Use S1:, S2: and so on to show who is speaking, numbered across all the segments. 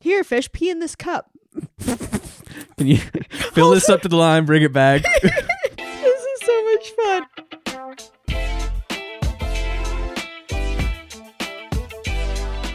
S1: Here, fish, pee in this cup.
S2: Can you fill this up to the line, bring it back?
S1: This is so much fun.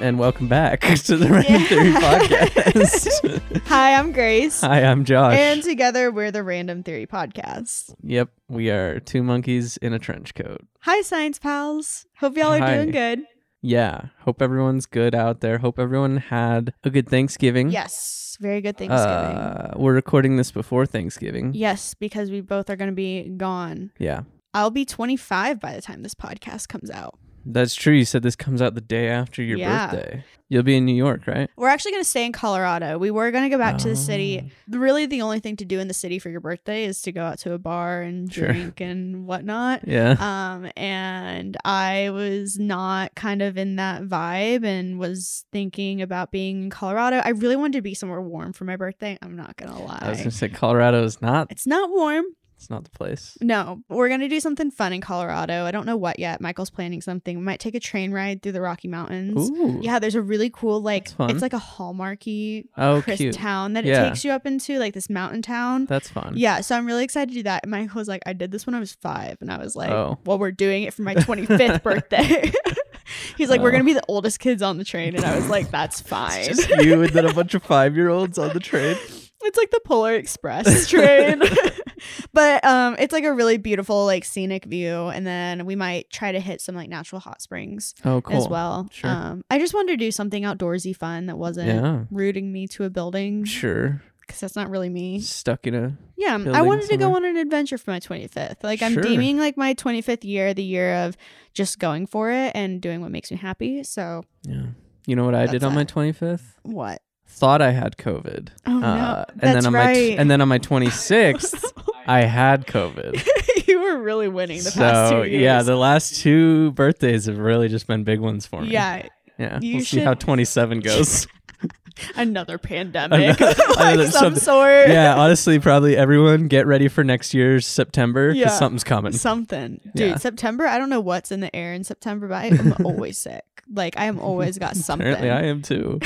S2: and welcome back to the Random
S1: Yeah.
S2: Theory Podcast.
S1: Hi, I'm Grace.
S2: Hi, I'm Josh.
S1: And together we're the Random Theory Podcast.
S2: yep, we are two monkeys in a trench coat.
S1: Hi, science pals. Hope y'all are
S2: Hi.
S1: doing good.
S2: Yeah, hope everyone's good out there. Hope everyone had a good Thanksgiving.
S1: Yes. Very good Thanksgiving.
S2: Hmm? Uh, we're recording this before Thanksgiving.
S1: yes, because we both are going to be gone.
S2: Yeah,
S1: I'll be 25 by the time this podcast comes out.
S2: that's true. You said this comes out the day after your
S1: Yeah.
S2: birthday. You'll be in New York, right?
S1: We're actually going to stay in Colorado. We were going to go back to the
S2: Oh.
S1: city. Really, the only thing to do in the city for your birthday is to go out to a bar and
S2: Sure.
S1: drink and whatnot.
S2: Yeah.
S1: um and i was not kind of in that vibe and was thinking about being in colorado i really wanted to be somewhere warm for my birthday i'm not gonna lie
S2: I was gonna say Colorado is not.
S1: it's not warm
S2: It's not the place.
S1: no we're gonna do something fun in colorado i don't know what yet michael's planning something we might take a train ride through the rocky mountains
S2: Ooh.
S1: yeah there's a really cool like
S2: That's fun.
S1: it's like a hallmarky
S2: Oh,
S1: crisp
S2: cute.
S1: town that
S2: Yeah.
S1: it takes you up into like this mountain town
S2: That's fun.
S1: yeah, so I'm really excited to do that. And Michael was like, I did this when I was five. And I was like,
S2: Oh.
S1: well, we're doing it for my 25th birthday. He's like, we're
S2: Oh.
S1: going to be the oldest kids on the train. And I was like, that's fine.
S2: It's just you and then a bunch of five year olds on the train.
S1: it's like the Polar Express train. but um, it's like a really beautiful, like scenic view. And then we might try to hit some like natural hot springs
S2: Oh, cool.
S1: as well.
S2: Sure.
S1: Um, I just wanted to do something outdoorsy fun that wasn't
S2: Yeah.
S1: rooting me to a building
S2: Sure.
S1: because that's not really me.
S2: Stuck in a.
S1: Yeah, um, I
S2: building
S1: wanted to go
S2: somewhere.
S1: on an adventure for my 25th. Like I'm
S2: Sure.
S1: deeming like my 25th year the year of just going for it and doing what makes me happy. So
S2: Yeah. You know what I did
S1: That's
S2: on my
S1: it.
S2: 25th?
S1: what?
S2: Thought I had COVID.
S1: Oh
S2: Uh,
S1: no,
S2: and
S1: that's
S2: then on my t-
S1: right.
S2: and then on my 26th, I had COVID.
S1: you were really winning the past
S2: So
S1: two years.
S2: yeah, the last two birthdays have really just been big ones for me.
S1: yeah,
S2: yeah.
S1: you
S2: we'll see how
S1: should-
S2: 27 goes.
S1: another pandemic,
S2: Another- another
S1: like some
S2: something-
S1: sort,
S2: yeah, honestly, probably everyone get ready for next year's September because
S1: Yeah.
S2: something's coming.
S1: something, dude.
S2: Yeah.
S1: September, I don't know what's in the air in September, but I am always sick. Like I am always got something.
S2: Apparently, I am too.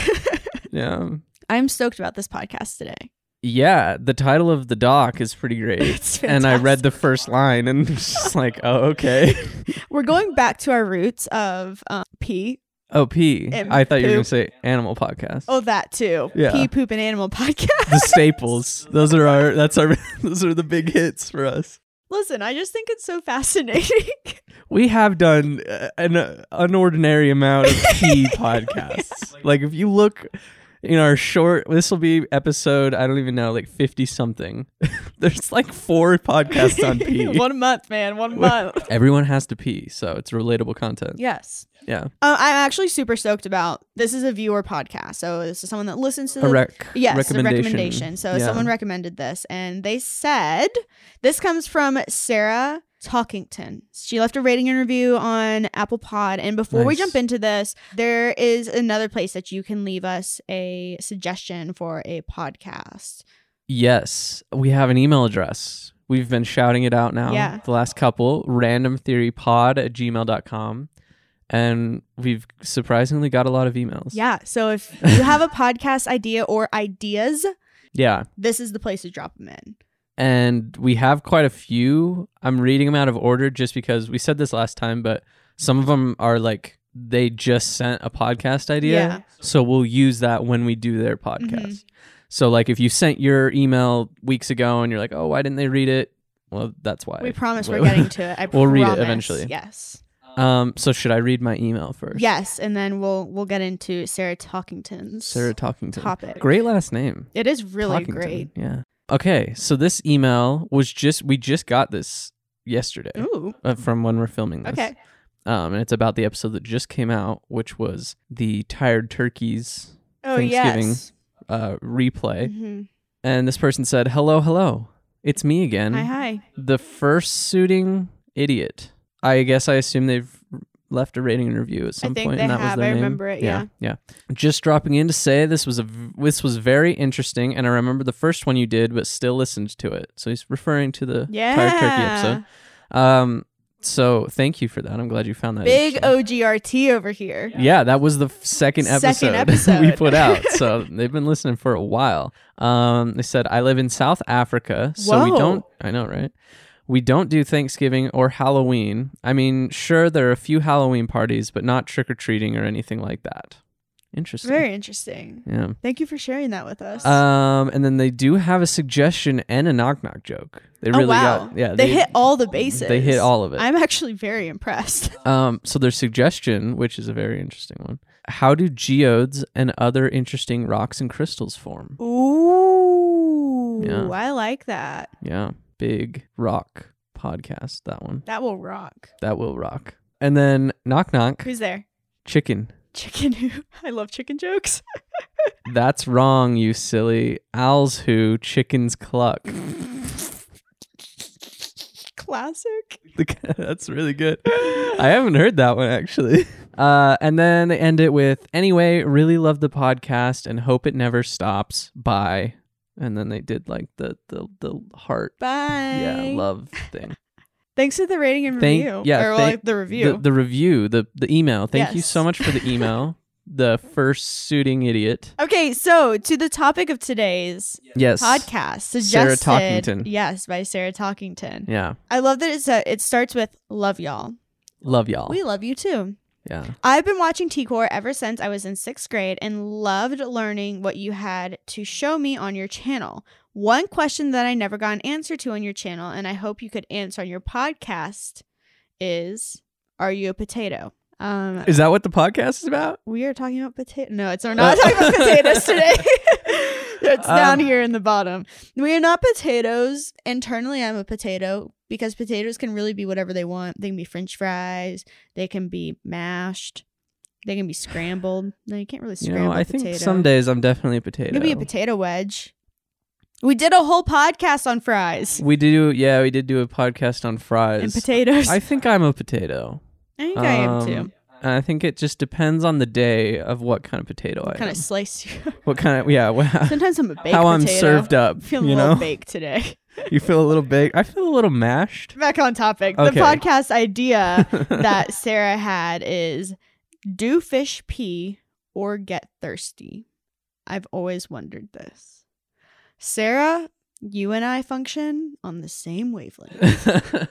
S2: yeah.
S1: I'm stoked about this podcast today.
S2: Yeah, the title of the doc is pretty great.
S1: It's fantastic.
S2: and I read the first line and was just like, oh, okay.
S1: We're going back to our roots of um, pee.
S2: Oh, P.
S1: And
S2: I thought you were going
S1: poop.
S2: to say animal podcast.
S1: Oh, that too.
S2: Yeah.
S1: Pee, poop, and animal podcast.
S2: The staples. Those are our, that's our, those are the big hits for us.
S1: Listen, I just think it's so fascinating.
S2: We have done uh, an uh, unordinary amount of P podcasts. Like, if you look in our short, this will be episode, I don't even know, like 50 something. There's like four podcasts on P.
S1: one month, man. One month.
S2: Everyone has to pee, so it's relatable content.
S1: yes.
S2: Yeah.
S1: Uh, I'm actually super stoked about this. Is a viewer podcast, so this is someone that listens to
S2: a
S1: the
S2: rec
S1: yes
S2: recommendation.
S1: a recommendation. So
S2: Yeah.
S1: someone recommended this, and they said this comes from Sarah Talkington. She left a rating and review on Apple Pod. And before we
S2: Nice.
S1: jump into this, there is another place that you can leave us a suggestion for a podcast.
S2: Yes, we have an email address. We've been shouting it out now.
S1: Yeah.
S2: The last couple, randomtheorypod at gmail.com. And we've surprisingly got a lot of emails.
S1: Yeah. So if you have a podcast idea or ideas,
S2: Yeah.
S1: this is the place to drop them in.
S2: And we have quite a few. I'm reading them out of order just because we said this last time, but some of them are like they just sent a podcast idea.
S1: Yeah.
S2: So we'll use that when we do their
S1: Mm-hmm.
S2: podcast. So, like, if you sent your email weeks ago and you're like, oh, why didn't they read it? Well, that's why.
S1: We promise we're getting to it. I
S2: We'll read it
S1: promise.
S2: eventually.
S1: Yes.
S2: Um, so should I read my email first?
S1: Yes, and then we'll we'll get into Sarah Talkington's
S2: Sarah Talkington.
S1: topic.
S2: Great last name.
S1: It is really
S2: Talkington,
S1: great.
S2: Yeah. Okay, so this email was just we just got this yesterday
S1: Ooh.
S2: uh, from when we're filming this.
S1: Okay.
S2: Um, and it's about the episode that just came out, which was the tired turkeys
S1: Oh
S2: Thanksgiving.
S1: yes.
S2: uh, replay.
S1: Mhm.
S2: And this person said, "Hello, hello, it's me again,
S1: Hi hi.
S2: the first suiting idiot." I guess I assume they've left a rating and review at some
S1: think
S2: point,
S1: they
S2: and that was
S1: have.
S2: their
S1: I
S2: name.
S1: remember it,
S2: yeah, Just dropping in to say this was a v- this was very interesting, and I remember the first one you did, but still listened to it. So he's referring to the
S1: Yeah.
S2: tired turkey episode. Um, So thank you for that. I'm glad you found that.
S1: Big
S2: interesting.
S1: OGRT over here.
S2: Yeah, that was the f- second
S1: Second
S2: episode, we
S1: episode.
S2: put out. So they've been listening for a while. Um, they said, I live in South Africa, so we
S1: Whoa.
S2: don't, I know, right? We don't do Thanksgiving or Halloween. I mean, sure, there are a few Halloween parties, but not trick or treating or anything like that. Interesting.
S1: Very interesting.
S2: yeah.
S1: Thank you for sharing that with us.
S2: Um, and then they do have a suggestion and a knock knock joke. They
S1: oh
S2: really
S1: wow!
S2: got, yeah,
S1: they, hit all the bases.
S2: They hit all of it.
S1: I'm actually very impressed.
S2: Um, so their suggestion, which is a very interesting one, how do geodes and other interesting rocks and crystals form?
S1: Ooh,
S2: Yeah.
S1: I like that.
S2: Yeah, big rock podcast. That one
S1: That will rock.
S2: that will rock. And then knock knock
S1: Who's there?
S2: chicken.
S1: Chicken who? I love chicken jokes.
S2: That's wrong, you silly owls. Who chickens cluck?
S1: Classic.
S2: That's really good. I haven't heard that one actually. Uh, and then they end it with anyway. Really love the podcast and hope it never stops. Bye. And then they did like the the the heart
S1: Bye.
S2: yeah love thing
S1: Thanks for the rating and
S2: Thank-
S1: review.
S2: yeah,
S1: or
S2: thank-
S1: like the review.
S2: the, the review the the email thank you
S1: Yes.
S2: so much for the email the first suiting idiot
S1: okay, so to the topic of today's
S2: yes
S1: podcast,
S2: Sarah
S1: suggested
S2: Talkington.
S1: yes by Sarah Talkington.
S2: yeah
S1: I love that it's a, it starts with love y'all.
S2: love y'all
S1: We love you too.
S2: yeah
S1: I've been watching T-Core ever since I was in sixth grade and loved learning what you had to show me on your channel. One question that I never got an answer to on your channel, and I hope you could answer on your podcast, is Are you a potato? Um,
S2: is that what the podcast is about
S1: we are talking about potato. No, it's we're not talking about potatoes today. it's down
S2: Um,
S1: here in the bottom. We are not potatoes. Internally, I'm a potato because potatoes can really be whatever they want. They can be French fries. They can be mashed. They can be scrambled. No, you can't really
S2: you
S1: scramble.
S2: know i
S1: potato.
S2: think some days i'm definitely a potato
S1: Maybe a potato wedge. We did a whole podcast on fries
S2: we do yeah we did do a podcast on fries
S1: and potatoes. I,
S2: i think i'm a potato
S1: think I am
S2: um,
S1: too.
S2: and i think it just depends on the day of what kind of potato i
S1: Kind
S2: am.
S1: of slice you.
S2: what kind of yeah what, how
S1: Sometimes I'm a baked potato.
S2: i'm served up
S1: Feeling
S2: you
S1: a little
S2: know
S1: baked today.
S2: you feel a little baked i feel a little mashed
S1: back on topic.
S2: Okay.
S1: The podcast idea that Sarah had is do fish pee or get thirsty? I've always wondered this. Sarah, you and I function on the same wavelength.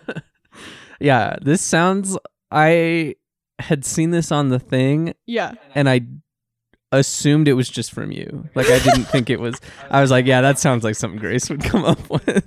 S2: yeah, this sounds. I had seen this on the thing,
S1: yeah.
S2: and I assumed it was just from you. Like I didn't think it was. I was like, yeah, that sounds like something Grace would come up with.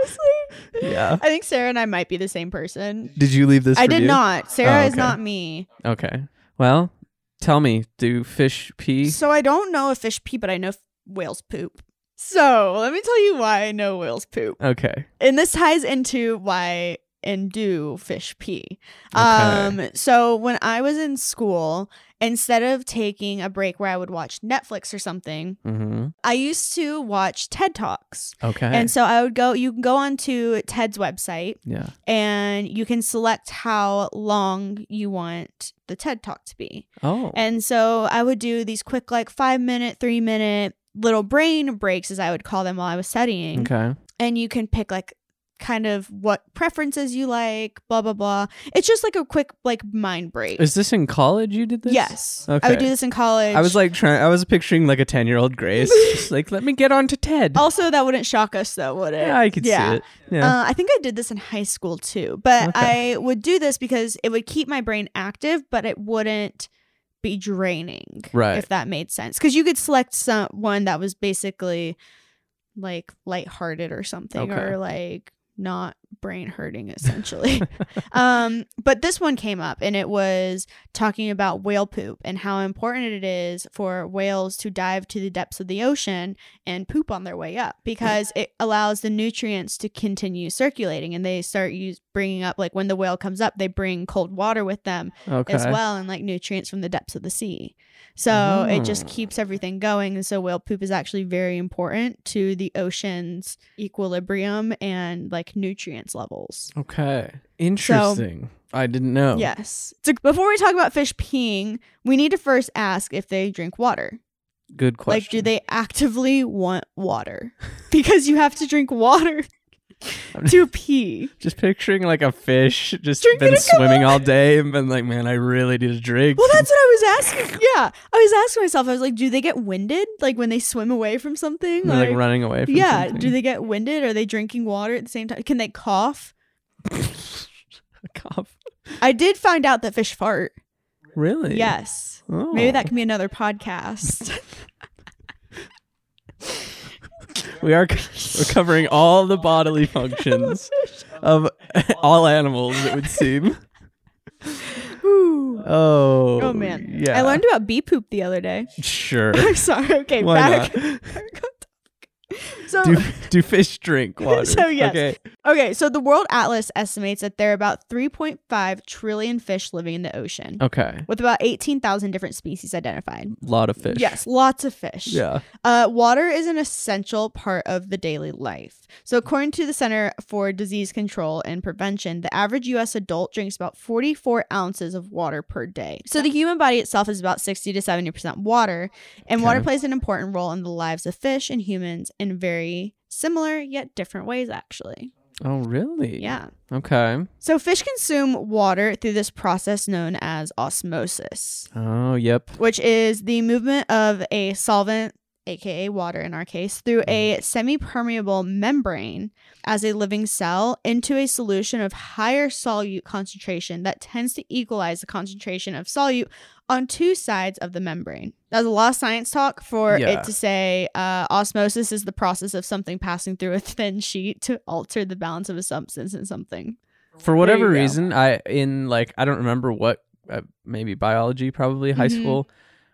S1: Honestly.
S2: Yeah.
S1: I think Sarah and I might be the same person.
S2: Did you leave this?
S1: I
S2: for
S1: did
S2: you?
S1: not. Sarah
S2: Oh,
S1: is
S2: okay.
S1: not me.
S2: Okay. Well, tell me, do fish pee?
S1: So I don't know if fish pee, but I know f- whales poop. So let me tell you why I know whales poop.
S2: Okay.
S1: and this ties into why and do fish pee.
S2: Okay.
S1: Um, so when I was in school, instead of taking a break where I would watch Netflix or something,
S2: Mm-hmm.
S1: I used to watch TED Talks.
S2: Okay.
S1: And so I would go, you can go onto TED's website
S2: yeah.
S1: and you can select how long you want the TED Talk to be.
S2: Oh.
S1: And so I would do these quick, like five minute, three minute little brain breaks, as I would call them while I was studying
S2: okay.
S1: and you can pick like kind of what preferences you like, blah blah blah. It's just like a quick like mind break.
S2: Is this in college? You did this?
S1: yes. I
S2: Okay.
S1: would do this in college.
S2: I was like trying. I was picturing like a ten-year-old Grace, just like let me get on to TED.
S1: also that wouldn't shock us though, would it?
S2: yeah, I could see it. Yeah.
S1: Uh, I think I did this in high school too, but
S2: Okay.
S1: I would do this because it would keep my brain active, but it wouldn't be draining,
S2: Right.
S1: If that made sense, because you could select some one that was basically like lighthearted or something,
S2: Okay.
S1: or like not brain hurting essentially. um, but this one came up, and it was talking about whale poop and how important it is for whales to dive to the depths of the ocean and poop on their way up because it allows the nutrients to continue circulating and they start use bringing up like when the whale comes up they bring cold water with them
S2: okay.
S1: as well and like nutrients from the depths of the sea so it just
S2: Oh.
S1: keeps everything going and so whale poop is actually very important to the ocean's equilibrium and like nutrients levels
S2: Okay. Interesting. I didn't know.
S1: yes so before we talk about fish peeing we need to first ask if they drink water
S2: Good question.
S1: Like, do they actively want water? Because you have to drink water to pee.
S2: Just picturing like a fish just
S1: Drinking
S2: been
S1: a Coke.
S2: swimming all day and been like, man, I really need a drink.
S1: Well, that's what I was asking. Yeah, I was asking myself. I was like, do they get winded? Like when they swim away from something?
S2: And they're, like, running away from
S1: yeah.
S2: something.
S1: Do they get winded? Are they drinking water at the same time? Can they cough?
S2: A cough.
S1: I did find out that fish fart.
S2: Really?
S1: Yes.
S2: Oh.
S1: Maybe that can be another podcast.
S2: We are c- we're covering all the bodily functions of all animals, it would seem.
S1: Ooh.
S2: Oh.
S1: Oh man.
S2: Yeah.
S1: I learned about bee poop the other day.
S2: Sure.
S1: I'm sorry. Okay,
S2: Why
S1: back.
S2: not?
S1: back on topic. So
S2: Do do fish drink water?
S1: So, yes.
S2: Okay.
S1: okay, so the World Atlas estimates that there are about 3.5 trillion fish living in the ocean,
S2: Okay.
S1: with about 18,000 different species identified.
S2: Lot of fish.
S1: Yes, lots of fish.
S2: Yeah.
S1: Uh, water is an essential part of the daily life. So, according to the Center for Disease Control and Prevention, the average U.S. adult drinks about 44 ounces of water per day. So, the human body itself is about 60 to 70 percent water, and water
S2: Okay.
S1: plays an important role in the lives of fish and humans in very similar yet different ways, actually.
S2: Oh really?
S1: Yeah.
S2: Okay.
S1: So, fish consume water through this process known as osmosis
S2: Oh yep.
S1: which is the movement of a solvent, aka water in our case, through a
S2: Mm-hmm.
S1: semi permeable membrane as a living cell into a solution of higher solute concentration that tends to equalize the concentration of solute on two sides of the membrane. That's a lot of science talk for
S2: Yeah.
S1: it to say uh, osmosis is the process of something passing through a thin sheet to alter the balance of a substance in something.
S2: For whatever
S1: go.
S2: reason, I in like I don't remember what uh, maybe biology probably high
S1: Mhm.
S2: school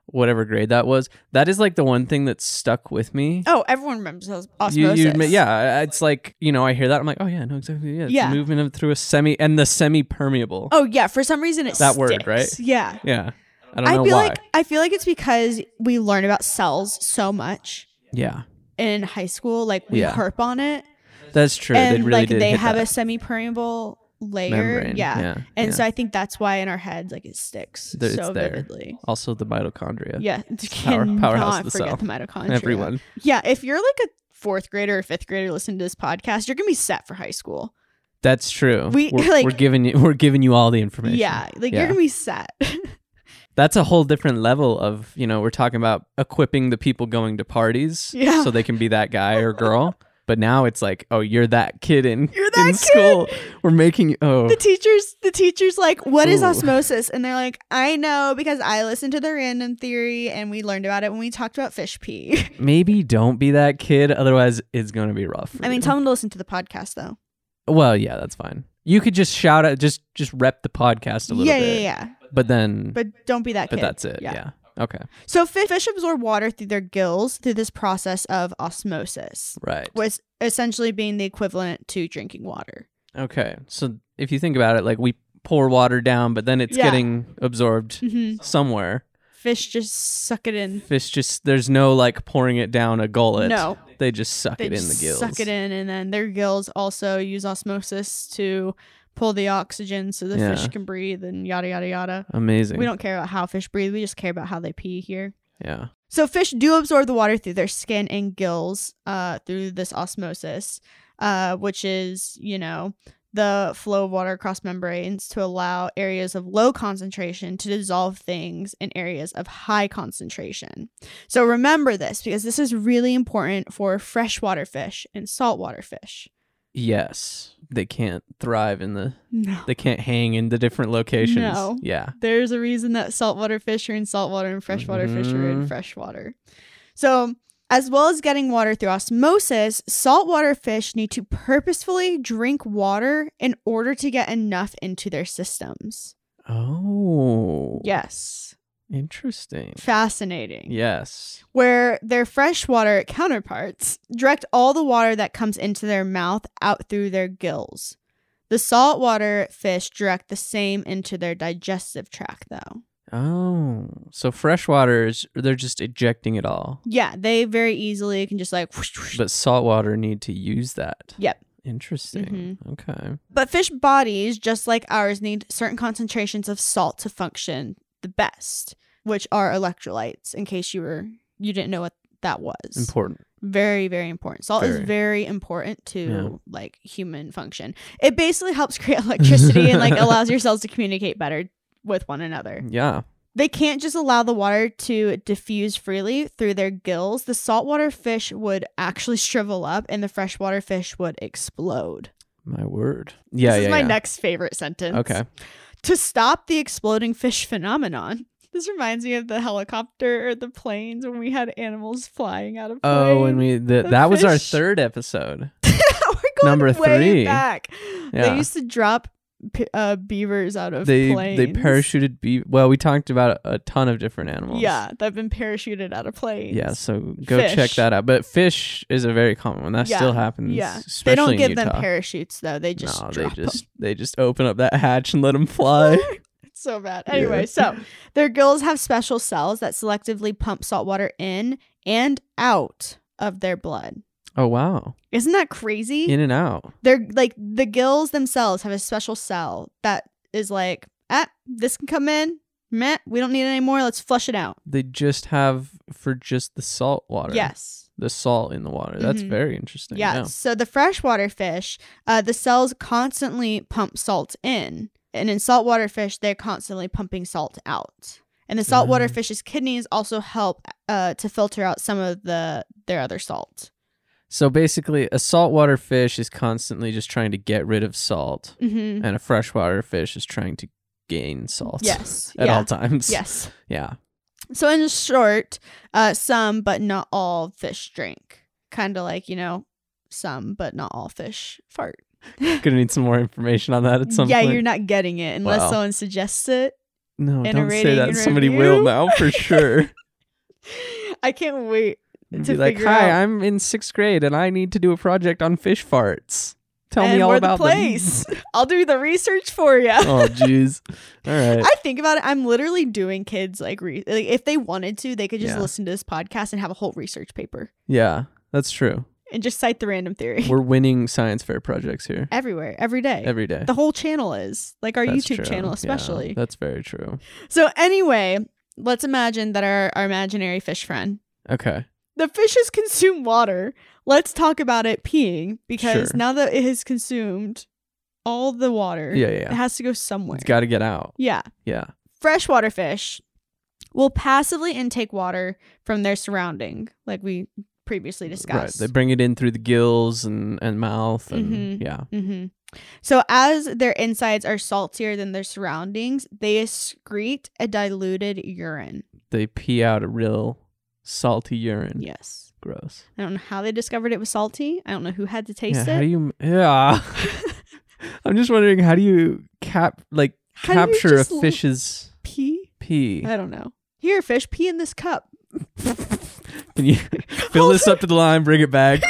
S2: whatever grade that was. That is like the one thing that stuck with me.
S1: Oh, everyone remembers os-
S2: You-
S1: Oh, osmosis.
S2: you ma- yeah, it's like you know. I hear that. I'm like, oh yeah, no, exactly. Yeah, it's
S1: Yeah.
S2: movement of through a semi and the semi permeable.
S1: Oh yeah, for some reason it's
S2: That word, right?
S1: Yeah.
S2: Yeah, I don't
S1: I
S2: know
S1: feel
S2: why.
S1: like I feel like it's because we learn about cells so much
S2: yeah,
S1: in high school. Like we
S2: Yeah.
S1: harp on it,
S2: that's true.
S1: and
S2: they really
S1: like
S2: did
S1: they
S2: hit
S1: have a
S2: that
S1: semi-permeable layer.
S2: membrane.
S1: Yeah.
S2: yeah.
S1: And
S2: yeah.
S1: so I think that's why in our heads, like it sticks
S2: Th- it's
S1: so
S2: there.
S1: vividly.
S2: also the mitochondria.
S1: Yeah, you
S2: power-
S1: cannot
S2: powerhouse of the
S1: forget
S2: cell.
S1: the mitochondria.
S2: everyone.
S1: Yeah, if you're like a fourth grader or fifth grader listening to this podcast, you're gonna be set for high school.
S2: That's true.
S1: We-
S2: are
S1: like-
S2: we're giving you we're giving you all the information.
S1: Yeah, like
S2: Yeah.
S1: you're gonna be set.
S2: that's a whole different level of you know we're talking about equipping the people going to parties
S1: Yeah.
S2: so they can be that guy or girl but now it's like oh you're that kid in,
S1: You're
S2: in
S1: that kid.
S2: school we're making you oh
S1: the teachers the teachers like what is
S2: Ooh.
S1: osmosis and they're like i know because i listened to the random theory and we learned about it when we talked about fish pee
S2: maybe don't be that kid otherwise it's gonna be rough for
S1: i mean
S2: you.
S1: tell them to listen to the podcast though
S2: well yeah that's fine you could just shout out just just rep the podcast a little
S1: yeah
S2: bit
S1: yeah yeah
S2: but then but,
S1: but don't be that kid
S2: that's it yeah, okay
S1: so fi- fish absorb water through their gills through this process of osmosis
S2: right
S1: which essentially being the equivalent to drinking water
S2: okay so if you think about it like we pour water down but then it's
S1: Yeah.
S2: getting absorbed
S1: Mhm.
S2: somewhere
S1: fish just suck it in
S2: Fish just there's no like pouring it down a gullet.
S1: No.
S2: They just suck
S1: they
S2: it in the
S1: just
S2: gills.
S1: suck it in and then their gills also use osmosis to pull the oxygen so the
S2: Yeah.
S1: fish can breathe and yada yada yada
S2: Amazing.
S1: We don't care about how fish breathe. We just care about how they pee here.
S2: yeah.
S1: So fish do absorb the water through their skin and gills uh, through this osmosis, uh, which is, you know, the flow of water across membranes to allow areas of low concentration to dissolve things in areas of high concentration. So remember this because this is really important for freshwater fish and saltwater fish.
S2: Yes. They can't thrive in the
S1: No.
S2: they can't hang in the different locations.
S1: No.
S2: Yeah.
S1: There's a reason that saltwater fish are in saltwater and freshwater fish are in
S2: Mhm.
S1: freshwater. So, as well as getting water through osmosis, saltwater fish need to purposefully drink water in order to get enough into their systems.
S2: Oh.
S1: Yes.
S2: Interesting.
S1: Fascinating.
S2: Yes.
S1: Where their freshwater counterparts direct all the water that comes into their mouth out through their gills. The saltwater fish direct the same into their digestive tract, though.
S2: Oh. So freshwater is they're just ejecting it all.
S1: Yeah, they very easily can just like. whoosh, whoosh.
S2: But saltwater need to use that.
S1: Yep. Mm-hmm.
S2: Interesting. Okay.
S1: But fish bodies, just like ours, need certain concentrations of salt to function the best, which are electrolytes. In case you were you didn't know what that was.
S2: Important.
S1: Very, very important. Salt is
S2: Very.
S1: very important to
S2: Yeah.
S1: like human function. It basically helps create electricity and like allows your cells to communicate better with one another.
S2: Yeah.
S1: They can't just allow the water to diffuse freely through their gills. The saltwater fish would actually shrivel up and the freshwater fish would explode.
S2: My word. Yeah.
S1: this
S2: yeah,
S1: is my
S2: yeah.
S1: next favorite sentence.
S2: Okay.
S1: To stop the exploding fish phenomenon. This reminds me of the helicopter or the planes when we had animals flying out of planes.
S2: Oh, and we the,
S1: the
S2: that was our
S1: fish.
S2: third episode.
S1: We're going
S2: Number
S1: way
S2: three.
S1: back.
S2: Yeah.
S1: They used to drop p- uh, beavers out of
S2: They
S1: planes.
S2: they parachuted be well, we talked about a, ton of different animals.
S1: Yeah, that've been parachuted out of planes.
S2: Yeah, so go check
S1: Fish.
S2: that out. But fish is a very common one. That
S1: Yeah,
S2: still happens.
S1: yeah.
S2: Especially
S1: They don't give
S2: in
S1: them
S2: Utah.
S1: parachutes though. They just
S2: no, they
S1: drop 'em.
S2: just they just open up that hatch and let them fly.
S1: It's so bad.
S2: Yeah.
S1: Anyway, so their gills have special cells that selectively pump salt water in and out of their blood.
S2: oh wow,
S1: Isn't that crazy?
S2: in and out.
S1: They're like the gills themselves have a special cell that is like, ah, this can come in. Meh, we don't need it anymore. Let's flush it out.
S2: They just have for just the salt water.
S1: Yes.
S2: the salt in the water. That's
S1: Mhm.
S2: very interesting.
S1: Yeah.
S2: Yeah.
S1: So the freshwater fish, uh, the cells constantly pump salt in, and in saltwater fish, they're constantly pumping salt out. And the saltwater
S2: Mm.
S1: fish's kidneys also help uh, to filter out some of the their other salt.
S2: So basically, a saltwater fish is constantly just trying to get rid of salt,
S1: Mm-hmm.
S2: and a freshwater fish is trying to gain salt.
S1: Yes.
S2: At
S1: yeah.
S2: all times.
S1: Yes.
S2: Yeah.
S1: So in short, uh, some but not all fish drink. Kind of like you know, some but not all fish fart.
S2: Gonna need some more information on that at some
S1: yeah,
S2: point.
S1: you're not getting it unless
S2: Wow.
S1: someone suggests it.
S2: no,
S1: in a
S2: don't say
S1: rating
S2: that.
S1: and
S2: Somebody will
S1: review.
S2: now for sure.
S1: I can't wait
S2: And
S1: To
S2: be like,
S1: figure
S2: hi,
S1: out-
S2: I'm in sixth grade and I need to do a project on fish farts. Tell
S1: and
S2: me all
S1: we're
S2: about
S1: the place. I'll do the research for you.
S2: them. oh, jeez. All right.
S1: I think about it. I'm literally doing kids like, re- like if they wanted to, they could just
S2: Yeah.
S1: listen to this podcast and have a whole research paper
S2: yeah, that's true.
S1: and just cite the random theory
S2: We're winning science fair projects here
S1: everywhere, every day.
S2: every day.
S1: the whole channel is like our
S2: That's
S1: YouTube
S2: true.
S1: channel,
S2: Yeah,
S1: especially.
S2: that's very true.
S1: so anyway, let's imagine that our, our imaginary fish friend.
S2: Okay.
S1: The fishes consume water. Let's talk about it peeing because
S2: Sure.
S1: now that it has consumed all the water,
S2: Yeah, yeah,
S1: it
S2: yeah.
S1: has to go somewhere.
S2: It's got to get out.
S1: yeah.
S2: Yeah.
S1: freshwater fish will passively intake water from their surrounding, like we previously discussed.
S2: Right. They bring it in through the gills and, and mouth. And
S1: Mhm.
S2: yeah.
S1: hmm So, as their insides are saltier than their surroundings, they excrete a diluted urine.
S2: They pee out a real salty urine.
S1: Yes.
S2: Gross.
S1: I don't know how they discovered it was salty. I don't know who had to taste
S2: yeah. How
S1: it.
S2: do you. Yeah. I'm just wondering how do you cap, like,
S1: How do you
S2: capture a
S1: just l- Uh,
S2: fish's
S1: pee?
S2: pee?
S1: I don't know. Here, fish, pee in this cup.
S2: Can you fill this up to the line, bring it back?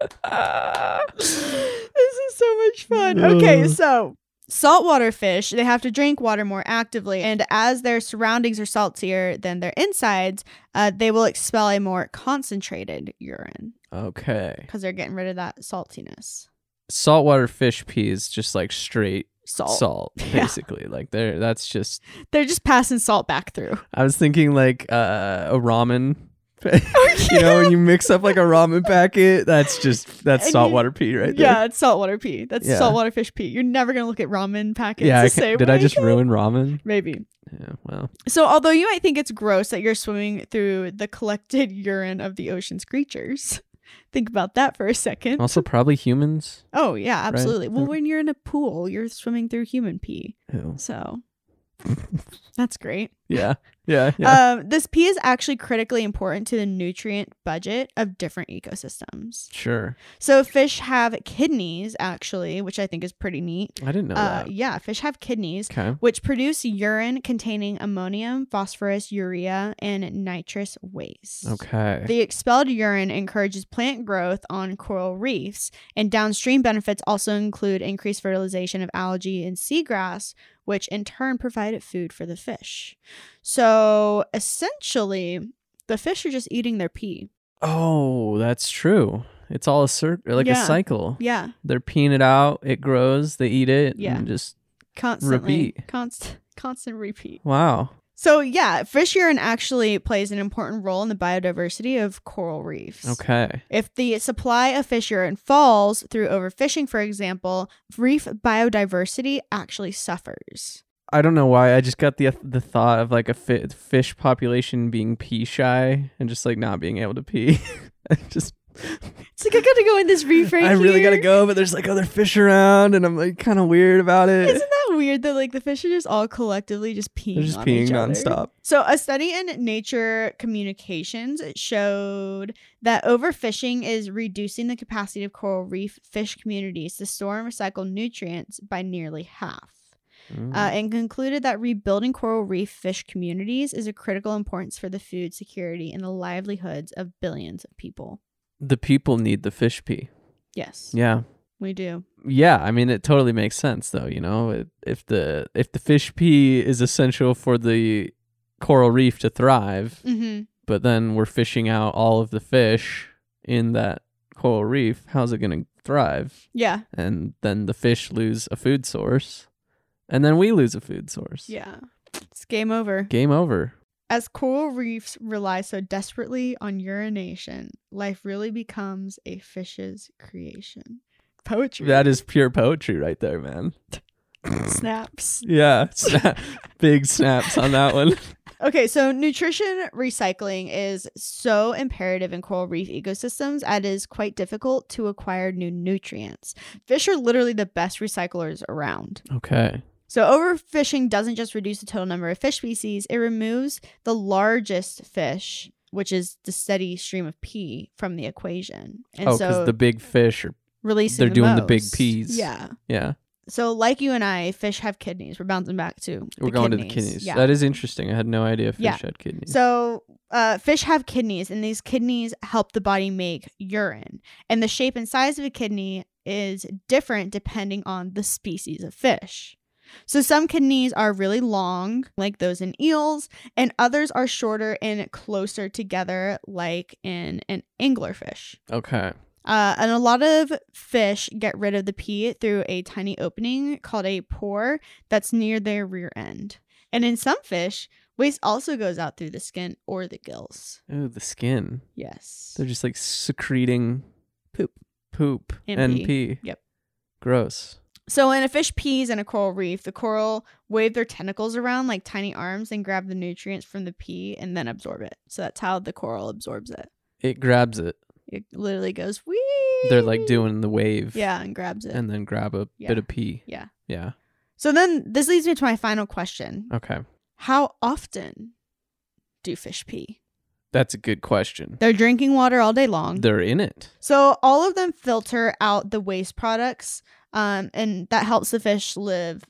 S1: this is so much fun. Okay,
S2: Ugh.
S1: so saltwater fish, they have to drink water more actively, and as their surroundings are saltier than their insides, uh, they will expel a more concentrated urine
S2: okay.
S1: because they're getting rid of that saltiness.
S2: Saltwater fish pee is just like straight
S1: Salt.
S2: salt,
S1: Yeah.
S2: basically. Like there, that's just.
S1: They're just passing salt back through.
S2: I was thinking like uh, a ramen. you know, when you mix up like a ramen packet, that's just
S1: And
S2: that's
S1: you-
S2: saltwater pee right there.
S1: Yeah, it's saltwater pee. That's
S2: Yeah.
S1: saltwater fish pee. You're never gonna look at ramen packets
S2: yeah. I
S1: the
S2: ca-
S1: same
S2: did
S1: way
S2: I just
S1: again.
S2: ruin ramen?
S1: Maybe.
S2: Yeah. Well.
S1: So, although you might think it's gross that you're swimming through the collected urine of the ocean's creatures, think about that for a second.
S2: Also, probably humans.
S1: Oh, yeah, absolutely. Well,
S2: Um,
S1: when you're in a pool, you're swimming through human pee.
S2: Ew.
S1: So, that's great.
S2: Yeah. Yeah. Yeah.
S1: Um, this pee is actually critically important to the nutrient budget of different ecosystems.
S2: sure.
S1: So, fish have kidneys, actually, which I think is pretty neat.
S2: I didn't know
S1: Uh,
S2: that.
S1: yeah, fish have kidneys
S2: Okay.
S1: which produce urine containing ammonium, phosphorus, urea, and nitrous waste.
S2: Okay.
S1: The expelled urine encourages plant growth on coral reefs, and downstream benefits also include increased fertilization of algae and seagrass, which in turn provided food for the fish. So essentially, the fish are just eating their pee.
S2: Oh, that's true. It's all a circle, like
S1: Yeah.
S2: a cycle.
S1: Yeah,
S2: They're peeing it out. It grows. They eat it.
S1: Yeah.
S2: And just
S1: constantly.
S2: Repeat.
S1: Const- constant repeat.
S2: wow.
S1: So yeah, fish urine actually plays an important role in the biodiversity of coral reefs.
S2: Okay.
S1: If the supply of fish urine falls through overfishing, for example, reef biodiversity actually suffers.
S2: I don't know why. I just got the the thought of like a fi- fish population being pee shy and just like not being able to pee. And just
S1: It's like I gotta go in this reef right
S2: I really
S1: here.
S2: gotta go, but there's like other fish around, and I'm like kind of weird about it.
S1: Isn't that weird that like the fish are just all collectively just peeing?
S2: They're just
S1: on
S2: peeing
S1: each other?
S2: nonstop.
S1: So, a study in Nature Communications showed that overfishing is reducing the capacity of coral reef fish communities to store and recycle nutrients by nearly half,
S2: Mm.
S1: uh, and concluded that rebuilding coral reef fish communities is a critical importance for the food security and the livelihoods of billions of people.
S2: the people need the fish pee.
S1: Yes,
S2: Yeah.
S1: we do.
S2: Yeah, I mean it totally makes sense though, you know. It, if the if the fish pee is essential for the coral reef to thrive,
S1: hmm
S2: but then we're fishing out all of the fish in that coral reef, how's it going to thrive?
S1: Yeah,
S2: And then the fish lose a food source, and then we lose a food source.
S1: yeah. It's game over.
S2: Game over.
S1: As coral reefs rely so desperately on urination, life really becomes a fish's creation. Poetry.
S2: That is pure poetry right there, man.
S1: snaps.
S2: Yeah, snap, big snaps on that one.
S1: Okay, so nutrition recycling is so imperative in coral reef ecosystems that it is quite difficult to acquire new nutrients. Fish are literally the best recyclers around.
S2: Okay.
S1: So overfishing doesn't just reduce the total number of fish species, it removes the largest fish, which is the steady stream of P from the equation. And
S2: oh, because
S1: so
S2: the big fish are.
S1: releasing
S2: They're
S1: the
S2: doing the big
S1: most.
S2: peas.
S1: Yeah.
S2: Yeah,
S1: So like you and I, fish have kidneys. We're bouncing back to
S2: we're
S1: the
S2: going
S1: kidneys.
S2: to the kidneys.
S1: Yeah.
S2: That is interesting. I had no idea fish
S1: Yeah.
S2: had kidneys.
S1: so uh, fish have kidneys, and these kidneys help the body make urine. And the shape and size of a kidney is different depending on the species of fish. So some kidneys are really long, like those in eels, and others are shorter and closer together, like in an anglerfish.
S2: okay.
S1: Uh, and a lot of fish get rid of the pee through a tiny opening called a pore that's near their rear end. And in some fish, waste also goes out through the skin or the gills.
S2: Ooh, the skin.
S1: Yes.
S2: They're just like secreting
S1: Poop.
S2: poop,
S1: And
S2: and
S1: pee.
S2: pee.
S1: Yep.
S2: Gross.
S1: So when a fish pees in a coral reef, the coral wave their tentacles around like tiny arms and grab the nutrients from the pee and then absorb it. So that's how the coral absorbs it.
S2: It grabs it.
S1: It literally goes wee.
S2: They're like doing the wave.
S1: Yeah, and grabs it.
S2: And then grab a
S1: Yeah.
S2: bit of pee.
S1: Yeah.
S2: Yeah.
S1: so then this leads me to my final question.
S2: Okay.
S1: How often do fish pee?
S2: That's a good question.
S1: They're drinking water all day long.
S2: They're in it.
S1: so all of them filter out the waste products, um, and that helps the fish live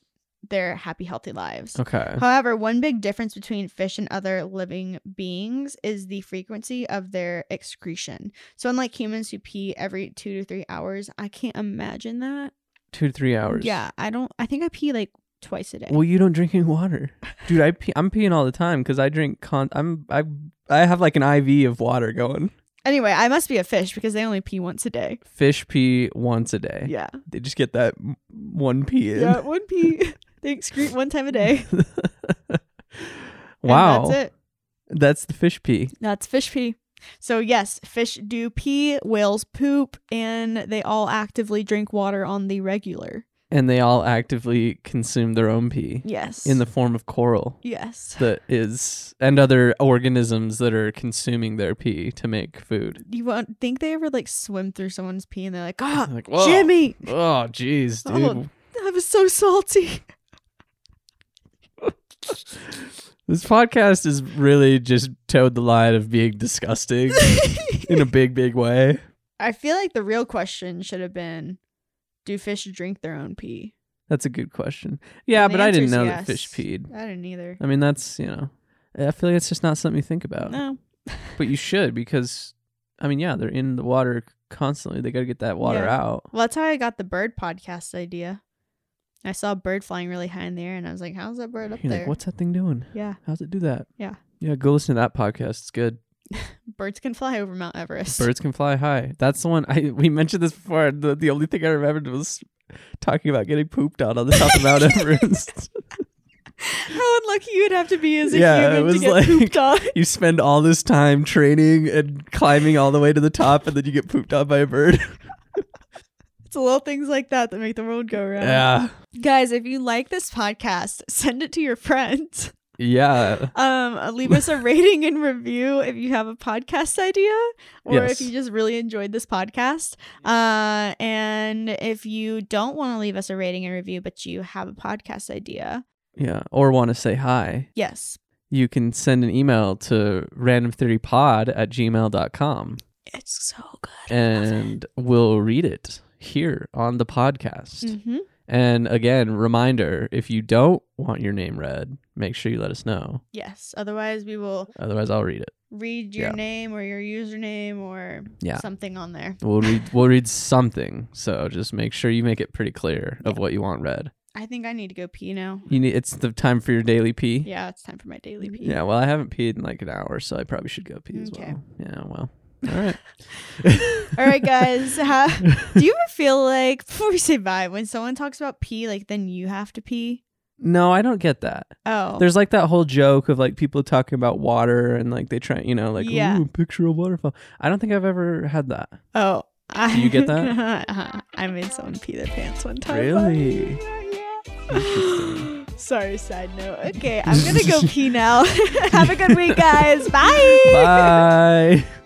S1: their happy, healthy lives.
S2: Okay.
S1: However, one big difference between fish and other living beings is the frequency of their excretion. So unlike humans who pee every two to three hours, I can't imagine that.
S2: Two to three hours.
S1: Yeah, I don't. I think I pee like twice a day.
S2: Well, you don't drink any water, dude. I pee, I'm peeing all the time because I drink con. I'm I I have like an IV of water going.
S1: anyway, I must be a fish because they only pee once a day.
S2: Fish pee once a day.
S1: Yeah.
S2: They just get that m- one pee in.
S1: Yeah, one pee. they excrete one time a day. and
S2: wow.
S1: that's it.
S2: That's the fish pee.
S1: That's fish pee. So yes, fish do pee, whales poop, and they all actively drink water on the regular.
S2: And they all actively consume their own pee
S1: Yes.
S2: in the form of coral
S1: Yes.
S2: that is and other organisms that are consuming their pee to make food.
S1: You won't think they ever like swim through someone's pee and they're like, ah,
S2: Like, whoa.
S1: Jimmy,
S2: Oh, jeez,
S1: Oh.
S2: dude.
S1: that was so salty.
S2: This podcast is really just towed the line of being disgusting in a big, big way.
S1: I feel like the real question should have been, do fish drink their own pee?
S2: That's a good question. Yeah,
S1: And the
S2: but I didn't
S1: answer's
S2: know
S1: yes.
S2: that fish peed.
S1: I didn't either.
S2: I mean, that's, you know, I feel like it's just not something you think about.
S1: No.
S2: But you should because, I mean, yeah, they're in the water constantly. They got to get that water
S1: Yeah.
S2: out.
S1: Well, that's how I got the bird podcast idea. I saw a bird flying really high in the air, and I was like, "How's that bird up
S2: You're
S1: there?"
S2: like, what's that thing doing?
S1: Yeah,
S2: How's it do that?
S1: Yeah.
S2: Yeah, go listen to that podcast. It's good.
S1: birds can fly over Mount Everest.
S2: Birds can fly high. That's the one I we mentioned this before. The, the only thing I remembered was talking about getting pooped on on the top of Mount Everest.
S1: How unlucky you'd have to be as a
S2: Yeah, it
S1: human to
S2: was
S1: get
S2: like-
S1: pooped on.
S2: You spend all this time training and climbing all the way to the top, and then you get pooped on by a bird.
S1: It's little things like that that make the world go round.
S2: Yeah.
S1: Guys, if you like this podcast, send it to your friends.
S2: Yeah.
S1: Um, uh, leave us a rating and review if you have a podcast idea or
S2: Yes.
S1: if you just really enjoyed this podcast. Uh, and if you don't want to leave us a rating and review, but you have a podcast idea,
S2: Yeah. Or want to say hi.
S1: yes,
S2: You can send an email to randomtheorypod at gmail.com
S1: it's so good.
S2: and we'll read it here on the podcast.
S1: Mm-hmm.
S2: And again, reminder if you don't want your name read, make sure you let us know.
S1: Yes. Otherwise, we will
S2: Otherwise, I'll read it.
S1: read your
S2: Yeah.
S1: name or your username or
S2: Yeah.
S1: something on there.
S2: We'll read we'll read something. So just make sure you make it pretty clear of what you want read.
S1: I think I need to go pee now.
S2: You need it's the time for your daily pee.
S1: Yeah, it's time for my daily pee.
S2: Yeah, well, I haven't peed in like an hour, so I probably should go pee as
S1: Okay.
S2: well. Yeah, well. All right.
S1: All right, guys. Ha- Do you ever feel like before we say bye, when someone talks about pee, like then you have to pee?
S2: No, I don't get that.
S1: Oh,
S2: There's like that whole joke of like people talking about water and like they try, you know, like
S1: Yeah.
S2: ooh, picture a waterfall. I don't think I've ever had that.
S1: oh, I-
S2: Do you get that?
S1: Uh-huh. I made someone pee their pants one time.
S2: Really?
S1: Yeah, yeah. Sorry, side note. Okay, I'm gonna go pee now. have a good week, guys. Bye.
S2: Bye.